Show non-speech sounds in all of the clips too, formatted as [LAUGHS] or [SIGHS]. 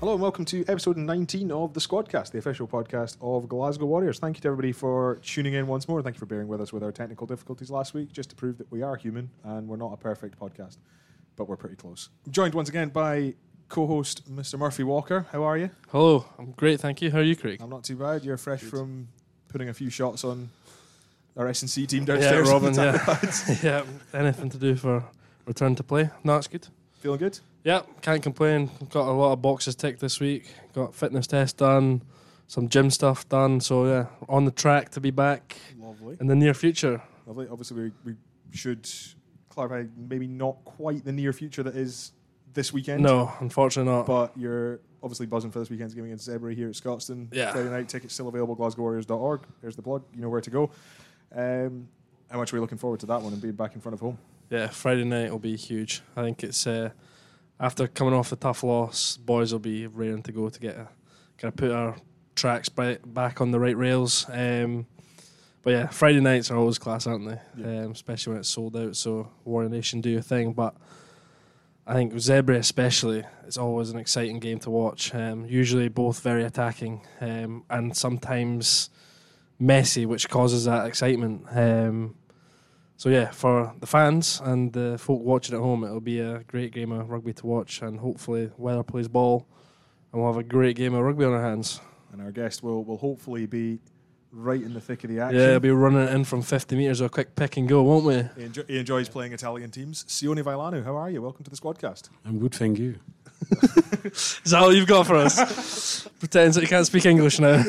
Hello and welcome to episode 19 of the Squadcast, the official podcast of Glasgow Warriors. Thank you to everybody for tuning in once more. Thank you for bearing with us with our technical difficulties last week, just to prove that we are human and we're not a perfect podcast, but we're pretty close. I'm joined once again by co-host Mr. Murphy Walker. How are you? Hello, I'm great, thank you. How are you, Craig? I'm not too bad. You're fresh Good. from putting a few shots on our S and C team yeah, downstairs. [LAUGHS] Robin, yeah. [LAUGHS] yeah, anything to do for return to play? No, it's good. Feeling good? Yeah, can't complain. Got a lot of boxes ticked this week. Got fitness test done, some gym stuff done. So yeah, on the track to be back Lovely. in the near future. Lovely. Obviously, we, we should clarify maybe not quite the near future that is this weekend. No, unfortunately not. But you're obviously buzzing for this weekend's game against Zebre here at Scotstoun. Yeah. Friday night tickets still available, glasgowwarriors.org. There's the plug. You know where to go. Um, how much are we looking forward to that one and being back in front of home? Yeah, Friday night will be huge. I think it's uh, after coming off the tough loss, boys will be raring to go to get a, kind of put our tracks by, back on the right rails. Um, but yeah, Friday nights are always class, aren't they? Yeah. Um, especially when it's sold out. So Warrior Nation do your thing, but I think Zebra especially is always an exciting game to watch. Um, usually both very attacking um, and sometimes messy, which causes that excitement. Um, so yeah, for the fans and the folk watching at home, it'll be a great game of rugby to watch, and hopefully weather plays ball, and we'll have a great game of rugby on our hands. And our guest will, will hopefully be right in the thick of the action. Yeah, it'll be running in from 50 metres, a quick pick and go, won't we? he, enjo- he enjoys playing Italian teams. Sione Vailanu, how are you? Welcome to the Squadcast. I'm good, thank you. Is that all you've got for us? Pretends that you can't speak English now.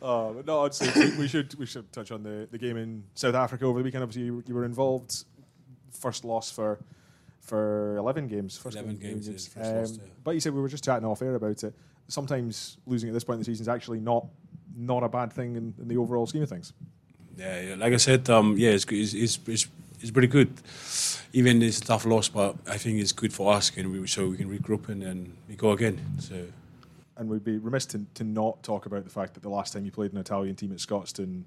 Oh, but no, I'd say we- we should we should touch on the, the game in South Africa over the weekend. Obviously, you, you were involved. First loss for for eleven games. First 11 games, yes, first loss, yeah. But you said we were just chatting off air about it. Sometimes losing at this point in the season is actually not not a bad thing in, in the overall scheme of things. Yeah, yeah, like I said, um, yeah, it's, good- it's, it's, it's, it's pretty good. Even it's a tough loss, but I think it's good for us, and we, so we can regroup and, and we go again. So And we'd be remiss to, to not talk about the fact that the last time you played an Italian team at Scotstoun,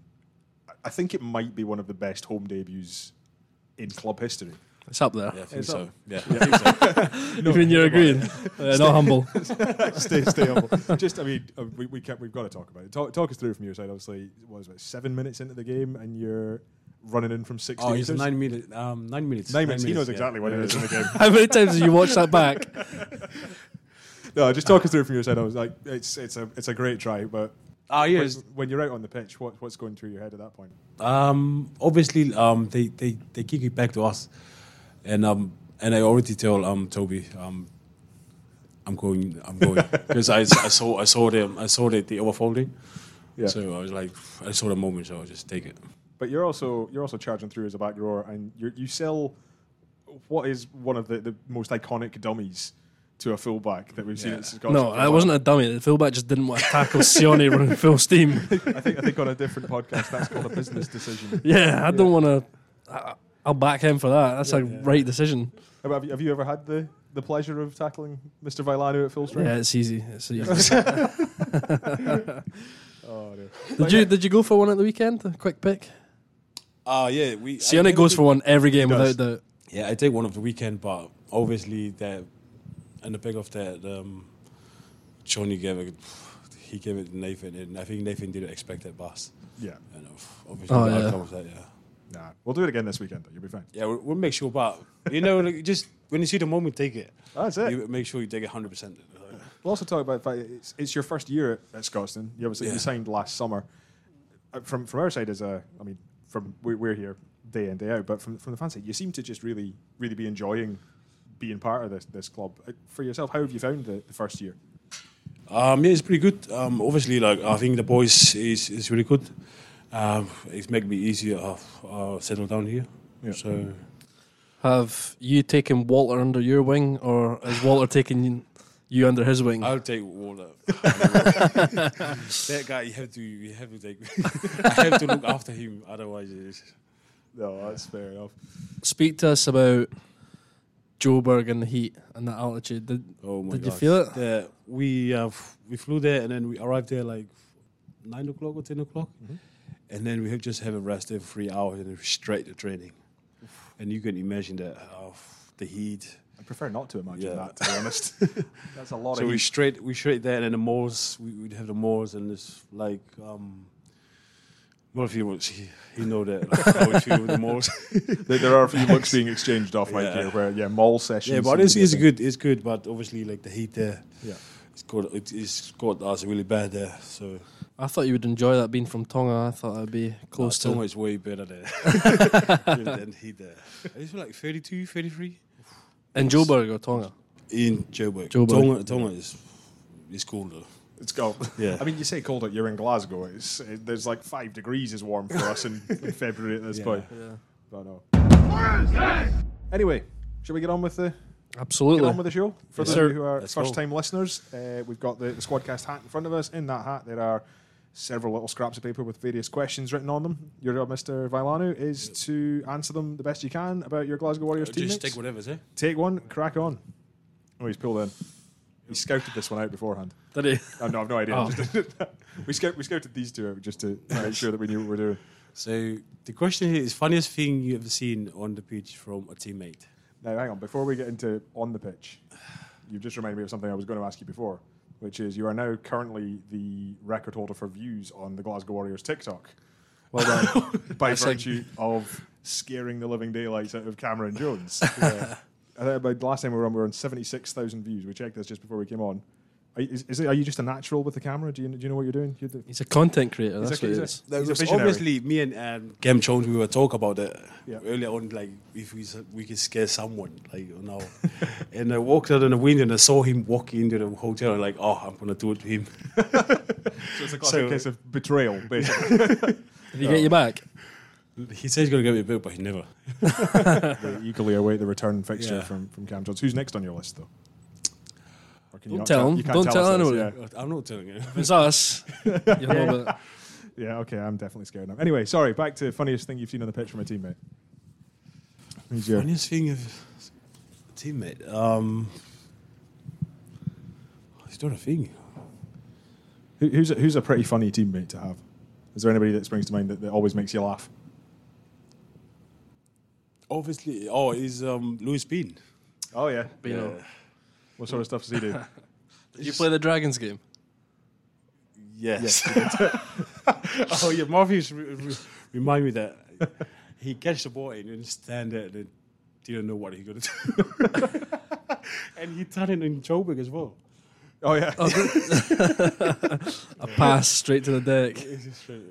I- I think it might be one of the best home debuts in club history. It's up there. yeah, I think It's so. up. Yeah, [LAUGHS] I think so. Even you're agreeing. Uh, not humble. stay, stay humble. Just, I mean, uh, we, we can't, we've got to talk about it. Talk, talk us through from your side. Obviously, what was it, seven minutes into the game, and you're running in from 60 Oh, it's meters? nine minutes. Um, nine minutes. Nine minutes. He knows yeah. exactly what it is in the [LAUGHS] game. How many times have you watched that back? No, just talk us through from your side. I was like, it's, it's, a, it's a great try, but Ah, when- yes. when, you're out on the pitch, what, what's going through your head at that point? Um, obviously, um, they, they, they kick it back to us, and um, and I already tell um Toby um, I'm going, [LAUGHS] I'm going because I, I saw I saw them I saw that they overfolding, Yeah. so I was like I saw the moment, so I just take it. But you're also you're also charging through as a back rower, and you're, you sell what is one of the, the most iconic dummies to a fullback that we've seen. Yeah. At Scotland for No, a that while. wasn't a dummy. The fullback just didn't want to tackle Sione running full steam. I think I think on a different podcast that's called a business [LAUGHS] decision. Yeah, I don't want to. I'll back him for that. That's a Yeah. right decision. Have- Have you, have you ever had the, the pleasure of tackling Mr. Vailanu at full Yeah, strength? it's easy. It's easy. Oh, no. Did you did you go for one at the weekend? A quick pick. Ah, yeah, we. Sione goes for one every game He does. without doubt. Yeah, I take one of the weekend, but obviously that in the back of that, um, Johnny gave it. He gave it to Nathan, and I think Nathan didn't expect that pass. Yeah. And uh, obviously, Oh, the yeah. outcome of that, yeah. Nah. We'll do it again this weekend, though. You'll be fine. Yeah, we'll, we'll make sure. But you know, like, [LAUGHS] just when you see the moment, take it. That's it. You make sure you take it hundred percent. We'll also talk about the fact that it's, it's your first year at, at Scotstoun. You obviously you Yeah. signed last summer. Uh, From from our side, as a, I mean, from we, we're here day in day out, but from from the fan side, you seem to just really really be enjoying being part of this this club. Uh, For yourself, how have you found the, the first year? Um, yeah, it's pretty good. Um, obviously, like I think the boys is is really good. Um, it's make me easier uh, uh, settle down here. Yeah. So Have you taken Walter under your wing, or is Walter taking you under his wing? [LAUGHS] I'll take Waller. that [LAUGHS] guy, you have to, you have to take. [LAUGHS] I have to look after him, otherwise, it's, No, Oh, that's fair enough. Speak to us about Joburg and the heat and that altitude. Did, oh my Did you God. feel it? Yeah, we uh, f- we flew there and then we arrived there like nine o'clock or ten o'clock, Mm-hmm. and then we have just have a rest every three hours and then straight to training, and you can imagine that uh, the heat. I prefer not to imagine Yeah. that, to be honest. [LAUGHS] That's a lot So of we heat. straight we straight there, and the moors we, we'd have the moors, and it's like um, well, if he was he, he know that like, how it feel with [LAUGHS] the moors. There, there are a few [LAUGHS] looks being exchanged off mic Yeah. here where, yeah, mall sessions. yeah, but seem it's, to be a it's thing. good, it's good, but obviously like the heat there, Yeah. it's got it, it's got us really bad there. So I thought you would enjoy that being from Tonga. I thought I'd be close so to. much way better [LAUGHS] there than heat there. It's like 32, 33 In Joburg or Tonga? in Joburg. Joburg. Tonga, Tonga is is cool though. It's cold. Yeah. I mean, you say colder, you're in Glasgow. It's, it, there's like five degrees is warm for us in, [LAUGHS] in February at this Yeah. point. Yeah, But no. Anyway, shall we get on with the get absolutely. on with the show? For Yes, those sir. of you who are Let's go. first time listeners, uh, we've got the, the Squadcast hat in front of us. In that hat, there are several little scraps of paper with various questions written on them. Your job, Mr. Vailanu, is to answer them the best you can about your Glasgow Warriors team. Just mates. take whatever's eh? Take one, crack on. Oh, he's pulled in. He scouted this one out beforehand. Did he? Oh, no, I've no idea. Oh. Just- [LAUGHS] we, scout, we scouted these two out just to make sure that we knew what we were doing. So the question here is funniest thing you ever seen on the pitch from a teammate. Now, hang on. Before we get into on the pitch, you've just reminded me of something I was going to ask you before, which is you are now currently the record holder for views on the Glasgow Warriors TikTok Well done. [LAUGHS] by That's like- virtue of scaring the living daylights out of Cameron [LAUGHS] Jones. I think about last time we were on, we were on seventy six thousand views. We checked this just before we came on. Are, is, is it, are you just a natural with the camera? Do you, do you know what you're doing? You're the, He's a content creator. He's That's a- what he's he a- is. He's That was visionary. obviously me and um, Cam Jones. We were talking about that Yeah. earlier on, like if we s- we could scare someone, like you know. [LAUGHS] and I walked out in the window and I saw him walk into the hotel. and like, oh, I'm gonna do it to him. so it's a classic classic So- case case of betrayal, basically. Did he get you back? He said he's gonna get me back, but he never. eagerly await the return fixture Yeah. from, from Cam Jones. Who's next on your list, though? Or can Don't tell him. you can't Don't tell us this, anyone. I'm not telling you. If it's [LAUGHS] us, you know, but Yeah. yeah, okay, I'm definitely scared now. Anyway, sorry, back to funniest thing you've seen on the pitch from a teammate. Who's your- Funniest thing of a teammate. Um, it's not a thing. who- who's, a, who's a pretty funny teammate to have? Is there anybody that springs to mind that, that always makes you laugh? Obviously, oh, is um, Louis Bean. Oh, yeah. you know. What sort of stuff does he [LAUGHS] do? Did you play the Dragons game? Yes. [LAUGHS] oh yeah, Morpheus re- re- remind me that he catch the ball and then stand there and then didn't know what he gonna do. [LAUGHS] and he turned it in Joburg as well. oh, yeah. A pass straight to the deck. It's just straight-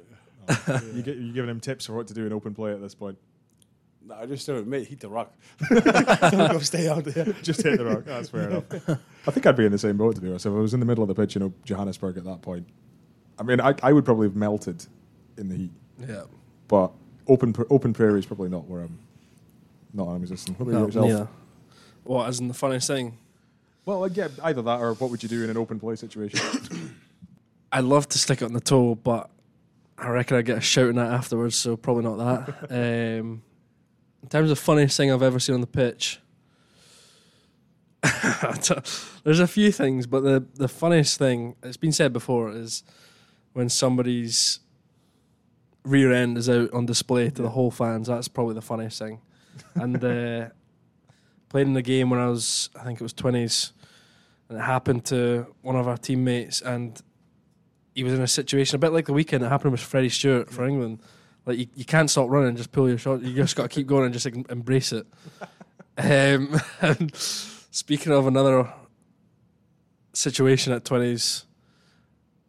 [LAUGHS] You get, you're giving him tips for what to do in open play at this point. No, I just don't mate, hit the rock. [LAUGHS] don't go stay out there. [LAUGHS] Just hit the rock. That's fair enough. [LAUGHS] I think I'd be in the same boat to be honest. If I was in the middle of the pitch in Johannesburg at that point, I mean, I, I would probably have melted in the heat. Yeah. But open pra- open prairie is probably not where I'm not on existing. What about No, yourself? neither. What isn't the funniest thing? Well, like, yeah, either that or what would you do in an open play situation? [LAUGHS] I'd love to stick it on the toe, but I reckon I'd get a shouting at afterwards, so probably not that. um, in terms of funniest thing I've ever seen on the pitch, [LAUGHS] I don't- there's a few things, but the, the funniest thing, it's been said before, is when somebody's rear end is out on display to the whole fans. That's probably the funniest thing. and uh, played in the game when I was, I think it was 20s, and it happened to one of our teammates, and he was in a situation a bit like the weekend that happened with Freddie Stewart for England. Like you, you can't stop running, just pull your shot. You just got to keep going and just em- embrace it. Um, [LAUGHS] and speaking of another situation at twenties,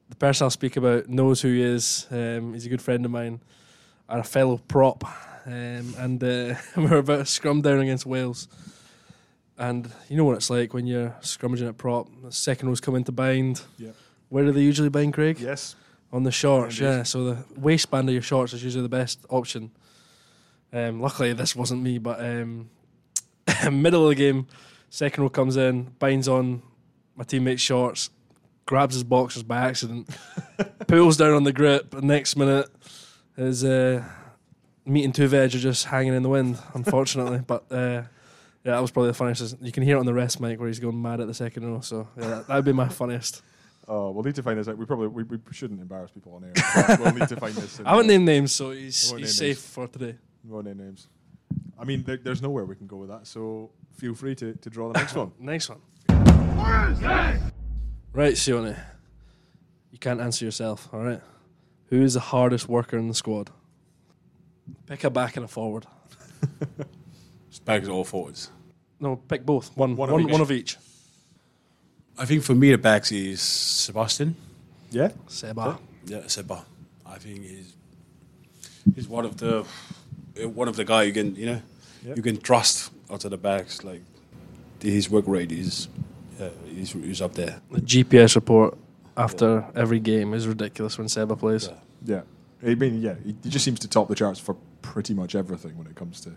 the person I'll speak about knows who he is. Um, he's a good friend of mine and a fellow prop. Um, and uh, [LAUGHS] we were about to scrum down against Wales. And you know what it's like when you're scrummaging at prop. The second row's coming to bind. Yep. Where do they usually bind, Craig? yes. On the shorts, Indeed. yeah. So the waistband of your shorts is usually the best option. Um, luckily, this wasn't me, but um, [LAUGHS] middle of the game, second row comes in, binds on my teammate's shorts, grabs his boxers by [LAUGHS] accident, pulls down on the grip. And next minute, is uh, meat and two veg are just hanging in the wind, unfortunately. [LAUGHS] but uh, yeah, that was probably the funniest. You can hear it on the rest mic where he's going mad at the second row. So yeah, that, that'd be my funniest. Oh, we'll need to find this out. We probably we, we shouldn't embarrass people on air. but we'll need to find [LAUGHS] this. in- I haven't named names, so he's, I won't he's name names. safe for today. We won't name names. I mean, there, there's nowhere we can go with that. So feel free to, to draw the next [LAUGHS] one. Nice one. Right, Sione. You can't answer yourself, all right? Who is the hardest worker in the squad? Pick a back and a forward. Spags all forwards. No, pick both. One, One one, of one, each. of each. I think for me the backs is Sebastian. Yeah? Seba. Yeah, Seba. I think he's he's one of the one of the guy you can you know Yeah. you can trust out of the backs. Like his work rate is uh, is is up there. The GPS report after every game is ridiculous when Seba plays. Yeah. Yeah. I mean, yeah, he, he just seems to top the charts for pretty much everything when it comes to, to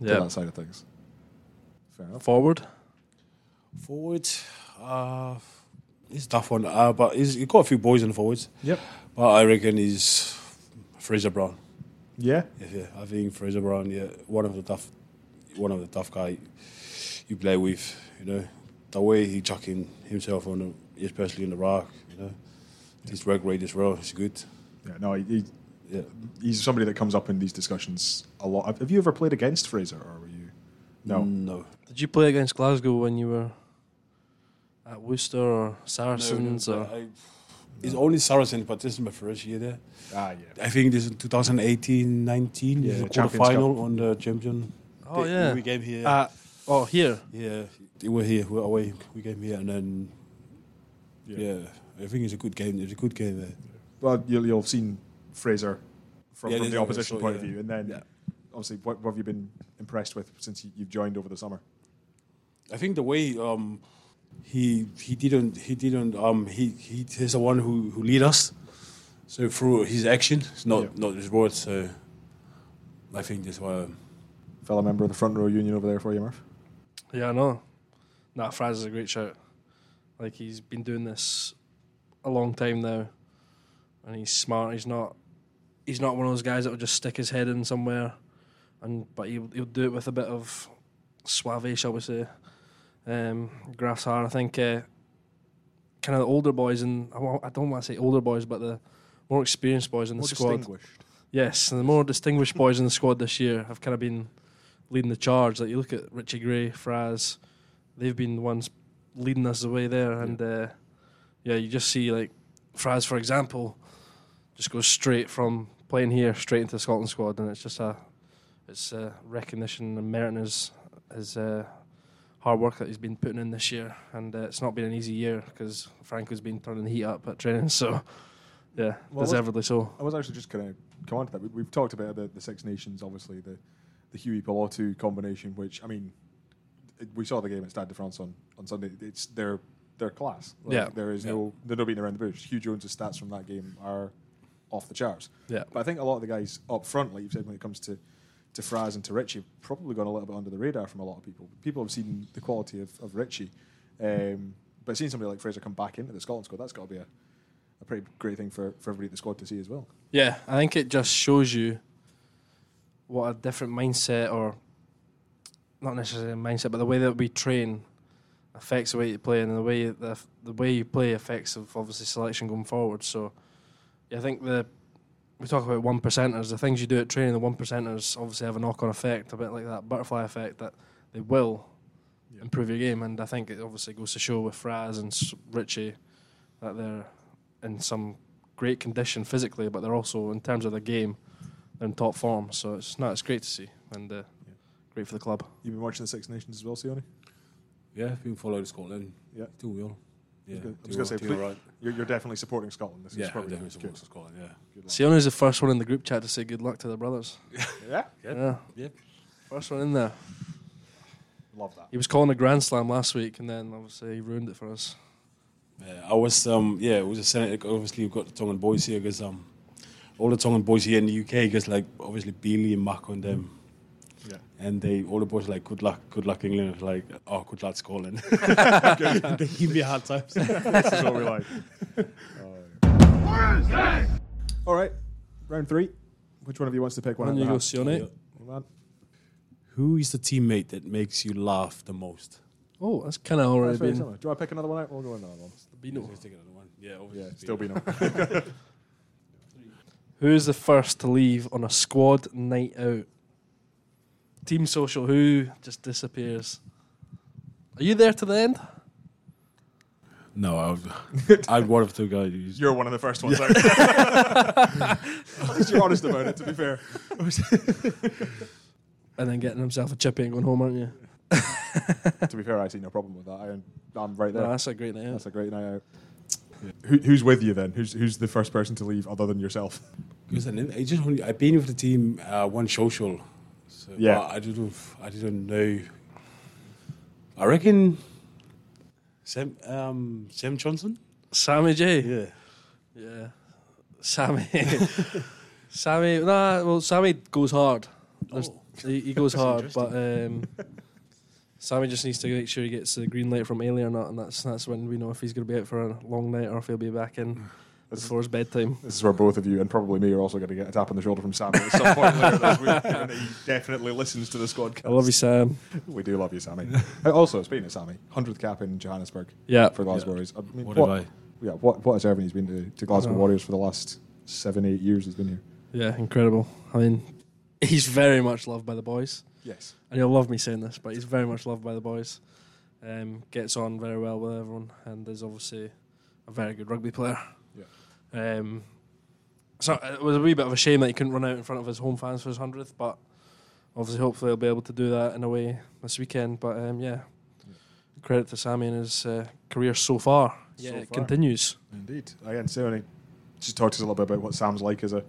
Yeah. that side of things. Fair enough. Forward. Forward, uh, it's a tough one. Uh, but he's, he got a few boys in forwards. Yep. But I reckon he's Fraser Brown. Yeah. Yeah, yeah, I think Fraser Brown, yeah, one of the tough, one of the tough guy you play with. You know, the way he chucking himself on, the, especially in the rock. You know, his work rate as well is good. Yeah, no, he, he, Yeah, he's somebody that comes up in these discussions a lot. Have- Have you ever played against Fraser, or were you? No. no, Did you play against Glasgow when you were at Worcester or Saracens? No, no, or I- it's only Saracens, but this is my first year there. Ah, yeah. I think this is 2018, 19, Yeah, yeah, the Champions quarter final on the champion. Oh, They- yeah. we came here. Uh, oh, here. yeah, they were here. We're away. We came here, and then yeah, I think it's a good game. It's a good game. There. Well, you'll, you'll have seen Fraser from, Yeah, from there's the a- opposition so, point of yeah. view, and then Yeah. obviously, what, what have you been impressed with since you, you've joined over the summer? I think the way um, he he didn't he didn't um, he, he he's the one who, who lead us. So through his action, it's not Yeah. not his words. So I think that's why. Fellow member of the front row union over there for you, Murph. Yeah, I know. Nah, Fraz is a great shout. Like he's been doing this a long time now, and he's smart. He's not. He's not one of those guys that will just stick his head in somewhere, and but he'll he'll do it with a bit of suave, shall we say. Um, Graphs are, I think, uh, kind of the older boys, and I wa- I don't want to say older boys, but the more experienced boys in the More squad. distinguished. Yes, and the more distinguished boys in the squad this year have kind of been leading the charge. Like you look at Richie Gray, Fraz, they've been the ones leading us the way there. And uh, yeah, you just see like Fraz, for example, just goes straight from playing here straight into the Scotland squad, and it's just a it's a recognition and merit in his his uh, hard work that he's been putting in this year. And uh, it's not been an easy year because Franco's been turning the heat up at training, [LAUGHS] so yeah, Well, deservedly so. I was actually just going to come on to that. We, we've talked about the, the Six Nations, obviously, the, the Huey Pilotu combination, which, I mean, it, we saw the game at Stade de France on, on Sunday. It's their their class. Yeah. There is no, there's no beating around the bush. Hugh Jones' stats from that game are off the charts. Yeah. But I think a lot of the guys up front, like you've said, when it comes to, to Fraz and to Richie, have probably gone a little bit under the radar from a lot of people. People have seen the quality of, of Richie. Um, but seeing somebody like Fraser come back into the Scotland squad, that's got to be a, a pretty great thing for, for everybody at the squad to see as well. Yeah, I think it just shows you what a different mindset, or not necessarily a mindset, but the way that we train affects the way you play, and the way the the way you play affects of obviously selection going forward. So, yeah, I think the we talk about one percenters, the things you do at training, the one percenters obviously have a knock on effect, a bit like that butterfly effect that they will Yeah. improve your game, and I think it obviously goes to show with Fraz and S- Richie that they're in some great condition physically, but they're also in terms of the game, they're in top form. So it's no, it's great to see and uh, Yeah. great for the club. You've been watching the Six Nations as well, Sione? Yeah, been following Scotland. Yeah. do well. Yeah, gonna- I was gonna do well, say, do please- alright. You're, you're definitely supporting Scotland. This Yeah, is probably definitely good. support Scotland. Yeah, Good luck. Siona's the first one in the group chat to say good luck to their brothers. Yeah, Yep. Yeah, Yep. first one in there. love [LAUGHS] that. He was calling a grand slam last week, and then obviously he ruined it for us. yeah. I was um yeah, it was a Senate. Obviously, we've got the Tongan boys here because um all the Tongan boys here in the UK because like obviously Billy and Mark and them. Yeah, And they all the boys like good luck, good luck England. I was Like oh, good luck Scotland. [LAUGHS] they give me hard [LAUGHS] times. this is what we like. All right, round three. Which one of you wants to pick one? out And you of go, the Sione. hat? Hold on. Who is the teammate that makes you laugh the most? Oh, that's kind of already That's very been similar. Do I pick another one out? We'll go another one. Bino. Just take another one. Yeah, obviously. Yeah, still be no. [LAUGHS] Who is the first to leave on a squad night out? Team social, who just disappears? Are you there to the end? No, I [LAUGHS] would, I'd one of the guys. You're one of the first ones out. [LAUGHS] At least you're honest about it, to be fair. And then getting himself a chippy and going home, aren't you? to be fair, I see no problem with that. I, I'm right there. No, that's a great night. out. That's a great night out. Who, who's with you then? Who's who's the first person to leave other than yourself? Because I, didn't- I just only, I've been with the team uh, one social. So Yeah. but I didn't I didn't know. I reckon Sam um, Sam Johnson. Sammy J. Yeah. Yeah. Sammy. [LAUGHS] Sammy. Nah, well, Sammy goes hard. There's- Oh. He, [LAUGHS] he goes hard, but um, Sammy just needs to make sure he gets the green light from Ailey or not, and that's that's when we know if he's going to be out for a long night or if he'll be back in [SIGHS] That's- before his bedtime. This is where both of you and probably me are also going to get a tap on the shoulder from Sammy at some point later this [LAUGHS] week. given that He definitely listens to the squad. I love you, Sam. We do love you, Sammy. Uh, also, speaking of Sammy, 100th cap in Johannesburg Yeah. for Glasgow Warriors. I mean, What, what, have I? yeah, what, what has Irving has been to, to Glasgow No. Warriors for the last seven, eight years he's been here? Yeah, incredible. I mean, he's very much loved by the boys. Yes. and you'll love me saying this, but he's very much loved by the boys. Um, gets on very well with everyone, and is obviously a very good rugby player. Yeah. Um, so uh, it was a wee bit of a shame that he couldn't run out in front of his home fans for his hundredth, but obviously, hopefully, he'll be able to do that in a way this weekend. But um, yeah, credit to Sammy and his uh, career so far. So Yeah, it far. continues. Indeed. Again, Sammy, just talk to us a little bit about what Sam's like as a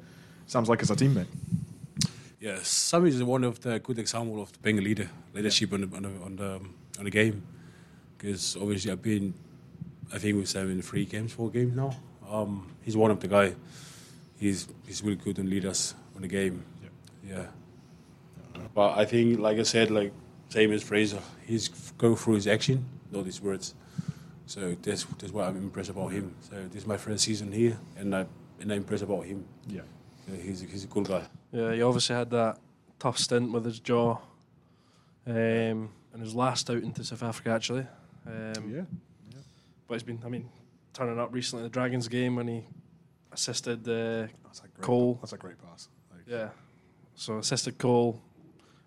Sam's like as a teammate. Yeah, Sammy is one of the good example of being a leader, leadership on, the, on, the, on the um, on the game. Because obviously I've been, I think we've Sammy in three games, four games now. Um, he's one of the guy. He's he's really good and lead us on the game. Yeah. But I think, like I said, like same as Fraser, he's f- go through his action, not his words. So that's that's what I'm impressed about him. So this is my first season here, and I and I'm impressed about him. Yeah. Yeah, he's a, he's a cool guy. Yeah, he obviously had that tough stint with his jaw, um, and his last out into South Africa actually. Um, Yeah. But he's been, I mean, turning up recently. The Dragons game when he assisted, uh, That's a great Cole. pa- That's a great pass. Like, yeah, so assisted Cole,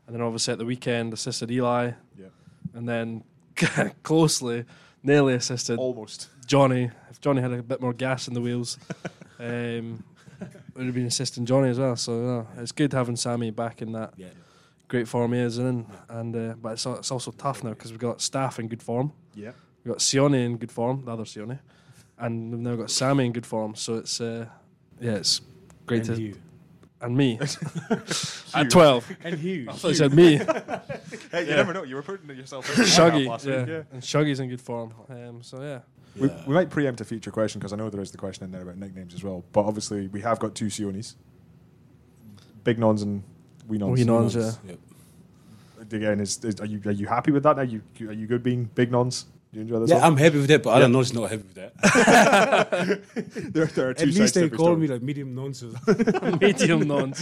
and then obviously at the weekend assisted Eli, Yeah. and then [LAUGHS] closely, nearly assisted Almost. Johnny. If Johnny had a bit more gas in the wheels, um, would have been assisting Johnny as well. So yeah, it's good having Sammy back in that Yeah. great form he is in, and uh, but it's, al- it's also tough now because we've got staff in good form. Yeah. We've got Sione in good form, the other Sione, and we've now got Sammy in good form. So it's uh, yeah, it's great And to you. and me at twelve. And Hugh. I thought you said me, Hey, you Yeah. never know. You were putting yourself [LAUGHS] in the lineup Shuggy, last yeah. week. Yeah. and Shuggy's in good form. Um, so yeah, We, we might preempt a future question because I know there is the question in there about nicknames as well. But obviously, we have got two Sionis, Big Nons and Wee Nons. Wee Nons, yeah. Again, is, is, are you are you happy with that? Are you are you good being Big Nons? Do you enjoy this? Yeah, I'm happy with that, but I don't know it's not happy [LAUGHS] with that. there, there are two At sides least to they every call story. me like [LAUGHS] medium nonsense. medium nons.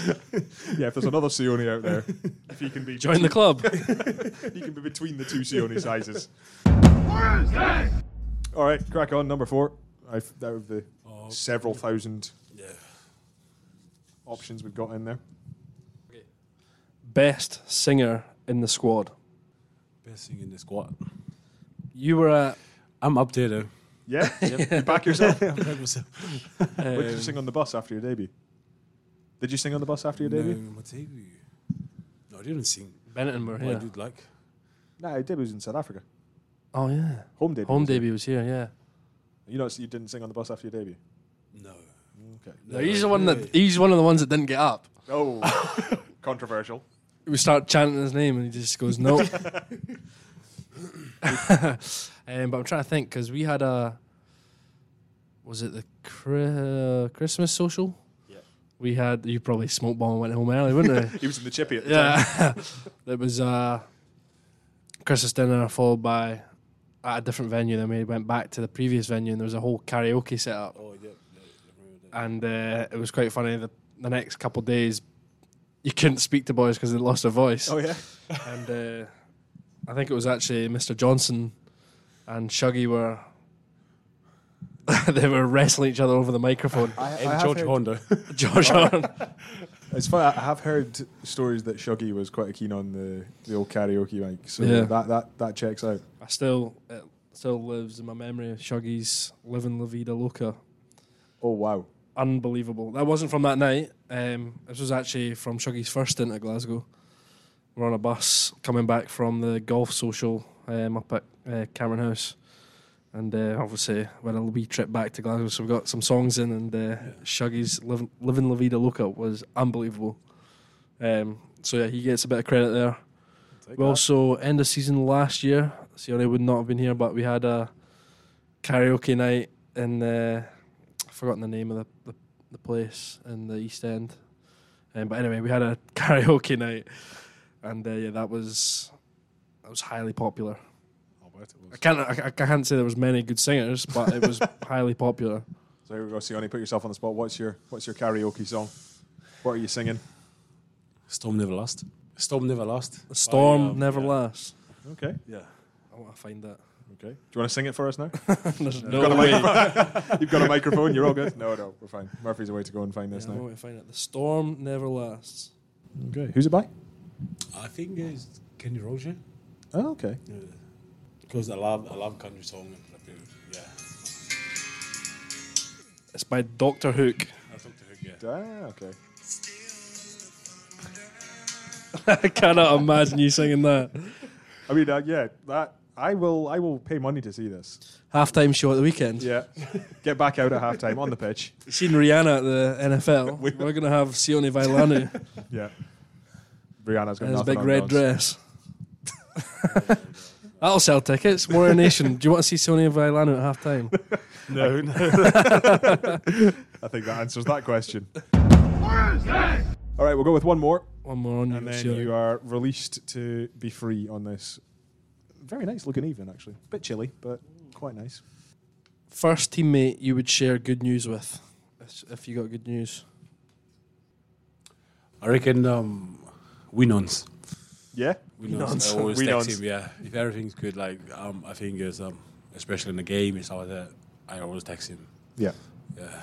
Yeah, if there's another Sioni out there, if you can be Join the club. you can be between the two Sioni sizes. All right, crack on. Number four. I've, out of the several thousand Oh, yeah. options we've got in there. Best singer in the squad. Best thing in the squad. You were at. I'm up there though. Yeah, you back yourself. I'm proud of myself. Um, What did you sing on the bus after your debut? Did [LAUGHS] you sing on the bus after your debut? No, my debut. No, I didn't sing. Benetton were What I here. did like. No, your debut was in South Africa. Oh yeah, Home debut. home was it? debut was here. Yeah. You know, you didn't sing on the bus after your debut. No. Okay. No, he's the one that he's one of the ones that didn't get up. [LAUGHS] [LAUGHS] Oh, controversial. We start chanting his name and he just goes no. um, Um, but I'm trying to think because we had a was it the cri- uh, Christmas social? Yeah. We had you probably smoked bomb and went home early, [LAUGHS] wouldn't you? He was in the chippy at the time. yeah. [LAUGHS] there was uh, Christmas dinner followed by at a different venue. Then we went back to the previous venue and there was a whole karaoke set up Oh, yeah. yeah, I remember that. and uh, it was quite funny. The, the next couple of days, you couldn't speak to boys because they lost their voice. Oh [LAUGHS] yeah. And uh, I think it was actually Mr. Johnson and Shuggy were [LAUGHS] they were wrestling each other over the microphone. [LAUGHS] I, [LAUGHS] And George Honda. George Horn. It's funny. I I have heard stories that Shuggy was quite keen on the, the old karaoke mic, so Yeah. that, that that checks out. I still it still lives in my memory. Shuggy's "Living La Vida Loca." Oh wow! unbelievable. That wasn't from that night. Um, this was actually from Shuggy's first stint at Glasgow. We're on a bus coming back from the golf social um, up at uh, Cameron House. And uh, obviously, we had a wee trip back to Glasgow, so we got some songs in, and uh, Shuggy's Liv- Living La Vida Loca was unbelievable. Um, so, yeah, he gets a bit of credit there. We also end of season last year. Sione would not have been here, but we had a karaoke night in the I've forgotten the name of the, the, the place in the East End. Um, but anyway, we had a [LAUGHS] karaoke night, and uh, yeah, that was that was highly popular. I'll bet it I was. can't I, I can't say there was many good singers, but it was highly popular. So here we go, Sione. Put yourself on the spot. What's your what's your karaoke song? What are you singing? Storm never last. Storm never last. The storm By, um, never yeah. lasts. Okay, Yeah. I want to find that. okay. Do you want to sing it for us now? There's You've no got a way. [LAUGHS] microphone. You've got a microphone. You're all good. No, no, we're fine. Murphy's away to go and find Yeah, this I now. want to find it. The storm never lasts. Okay, who's it by? I think it's Kenny Roger. Oh, okay. Because I love I love country song. Yeah. It's by Doctor Hook. I talked to her. Yeah. Ah, okay. [LAUGHS] I cannot imagine you singing that. I mean, uh, yeah, that I will. I will pay money to see this. Halftime show at the weekend. Yeah, [LAUGHS] get back out at halftime on the pitch. You seen Rihanna at the NFL. [LAUGHS] we are gonna have Sione Vailanu [LAUGHS] Yeah, Brianna's got in his nothing big on red dance. [LAUGHS] dress. [LAUGHS] That'll sell tickets. Warrior Nation. Do you want to see Sione Vailanu at halftime? [LAUGHS] No, no. [LAUGHS] I think that answers that question. All right, we'll go with one more, One more on you, and then Sione. you are released to be free on this. Very nice looking evening, actually. Bit chilly, but quite nice. First teammate you would share good news with, if- if you got good news. I reckon um, Winons. Yeah, Winons. I Uh, [LAUGHS] always Winons. text him. Yeah. If everything's good, like um, I think it's um, especially in the game and stuff like that. I always text him. yeah. Yeah.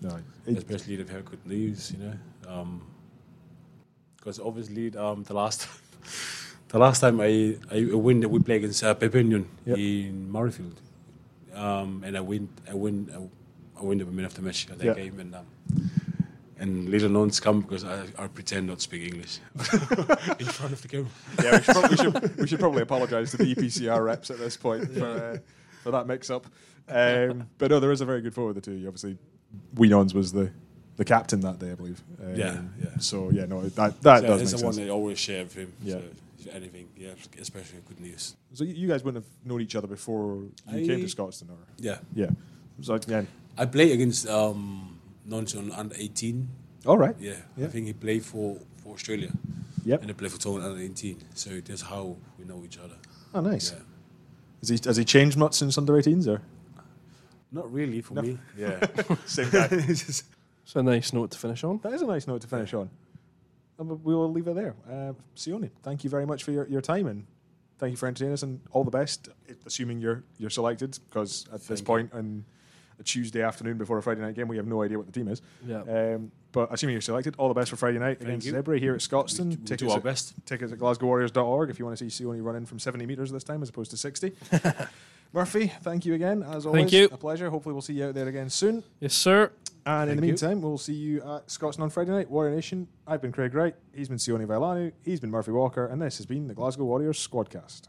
No, [LAUGHS] especially if you have good news, you know. Because obviously, um, the last [LAUGHS] the last time I I win that we played against uh, Pepinion Yep. in Murrayfield, um, and I win I win I, I win the man of the match at that Yeah. game and. Um, and little knowns come because I, I pretend not to speak English [LAUGHS] in front of the [LAUGHS] camera. yeah, we should, prob- we should, we should probably apologise to the E EPCR reps at this point for, uh, for that mix-up. Um, but no, there is a very good photo of the two. of you. Obviously, Weenons was the, the captain that day, I believe. Um, Yeah, yeah. So yeah, no, that that So does make it's the one sense. I always share with him. Yeah. So if anything, yeah, especially good news. So you- you guys wouldn't have known each other before you came to I- Scotstoun, or Yeah, yeah. So yeah, I played against um, Nons on under eighteen all right. Yeah, Yeah. I think he played for, for Australia Yep. and he played for Tottenham under 18. So that's how we know each other. Oh, nice. Yeah. Has he has he changed much since under 18s [LAUGHS] or Not really for [LAUGHS] me. Yeah. same guy? [LAUGHS] It's a nice note to finish on. That is a nice note to finish on. And we- we will leave it there. Uh, Sione, thank you very much for your, your time and thank you for entertaining us and all the best, i- assuming you're you're selected, because at this Thank you. point on a Tuesday afternoon before a Friday night game, we have no idea what the team is. Yeah. Um, but assuming you're selected, all the best for Friday night against you. Zebre here at Scotstoun. We, we do our best. At, tickets at glasgowwarriors.org if you want to see Sione run in from 70 metres this time as opposed to [LAUGHS] 60. Murphy, thank you again, as always. you. A pleasure. Hopefully we'll see you out there again soon. Yes, sir. And in the Thank you. meantime, we'll see you at Scotsman on Friday night, Warrior Nation. I've been Craig Wright, he's been Sione Vailanu, he's been Murphy Walker, and this has been the Glasgow Warriors Squadcast.